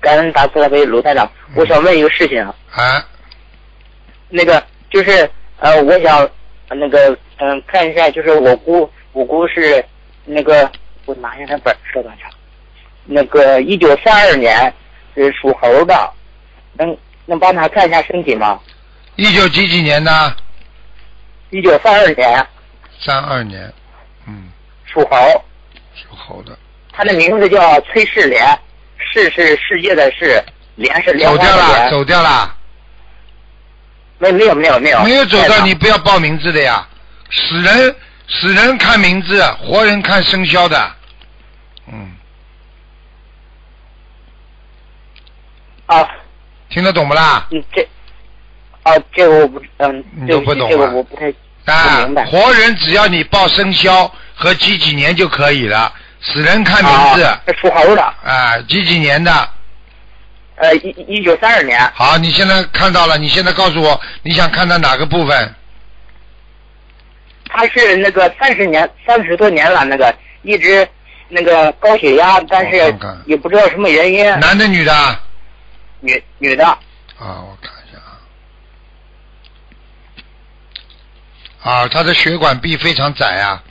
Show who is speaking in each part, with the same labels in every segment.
Speaker 1: 感恩达斯拉维卢台长，
Speaker 2: 嗯
Speaker 1: 我想问一个事情啊，
Speaker 2: 啊，
Speaker 1: 那个就是呃，我想呃那个嗯、看一下，就是我姑，我姑是那个我拿一下她本儿，稍等一下，那个一九三二年是属猴的，能能帮她看一下身体吗？
Speaker 2: 一九几几年的？
Speaker 1: 一九三二年
Speaker 2: 三二年，嗯，
Speaker 1: 属猴，
Speaker 2: 属猴的，
Speaker 1: 她的名字叫崔世莲，世是世界的世，莲是莲
Speaker 2: 走
Speaker 1: 花
Speaker 2: 掉
Speaker 1: 的
Speaker 2: 了，
Speaker 1: 莲。
Speaker 2: 走掉了。
Speaker 1: 没没有没有没有
Speaker 2: 没有走
Speaker 1: 在
Speaker 2: 到
Speaker 1: 哪
Speaker 2: 你不要报名字的呀，死人死人看名字，活人看生肖的，嗯，
Speaker 1: 啊，
Speaker 2: 听得懂不啦？
Speaker 1: 嗯这。啊，这个我不，嗯，
Speaker 2: 你
Speaker 1: 对
Speaker 2: 都不
Speaker 1: 起
Speaker 2: 懂
Speaker 1: 这个
Speaker 2: 啊
Speaker 1: 我不太我
Speaker 2: 啊
Speaker 1: 明白，
Speaker 2: 活人只要你报生肖和几几年就可以了，死人看名字
Speaker 1: 啊，属猴的，
Speaker 2: 啊，几几年的。
Speaker 1: 呃，一一九三二年，
Speaker 2: 好，你现在看到了，你现在告诉我你想看到哪个部分？
Speaker 1: 他是那个三十年三十多年了，那个一直那个高血压，但
Speaker 2: 我
Speaker 1: 是
Speaker 2: 看看
Speaker 1: 也不知道什么原因。
Speaker 2: 男的女的？啊，
Speaker 1: 女女的，
Speaker 2: 我看一下啊。啊，他的血管壁非常窄啊。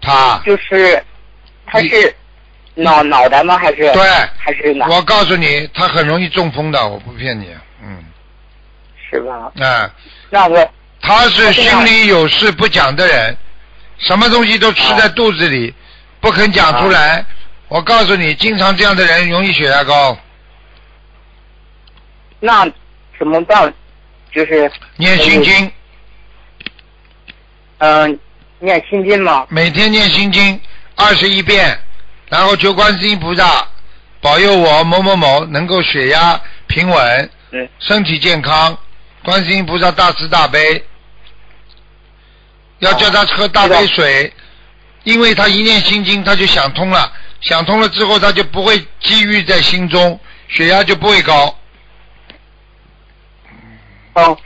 Speaker 2: 他
Speaker 1: 就是他
Speaker 2: 你
Speaker 1: 是脑脑袋吗？还是
Speaker 2: 对，
Speaker 1: 还是哪？
Speaker 2: 我告诉你，他很容易中风的，我不骗你。嗯，
Speaker 1: 是吧？
Speaker 2: 啊，
Speaker 1: 那我
Speaker 2: 他是心里有事不讲的人，什么东西都吃在肚子里，不肯讲出来。我告诉你，经常这样的人容易血压高。
Speaker 1: 那怎么办？就是
Speaker 2: 念心经，
Speaker 1: 嗯、念心经吗？
Speaker 2: 每天念心经二十一遍，然后求观世音菩萨保佑我某某某能够血压平稳，
Speaker 1: 嗯，
Speaker 2: 身体健康。观世音菩萨大慈大悲，要叫他喝大杯水，因为他一念心经，他就想通了，想通了之后，他就不会积郁在心中，血压就不会高。
Speaker 1: 哦，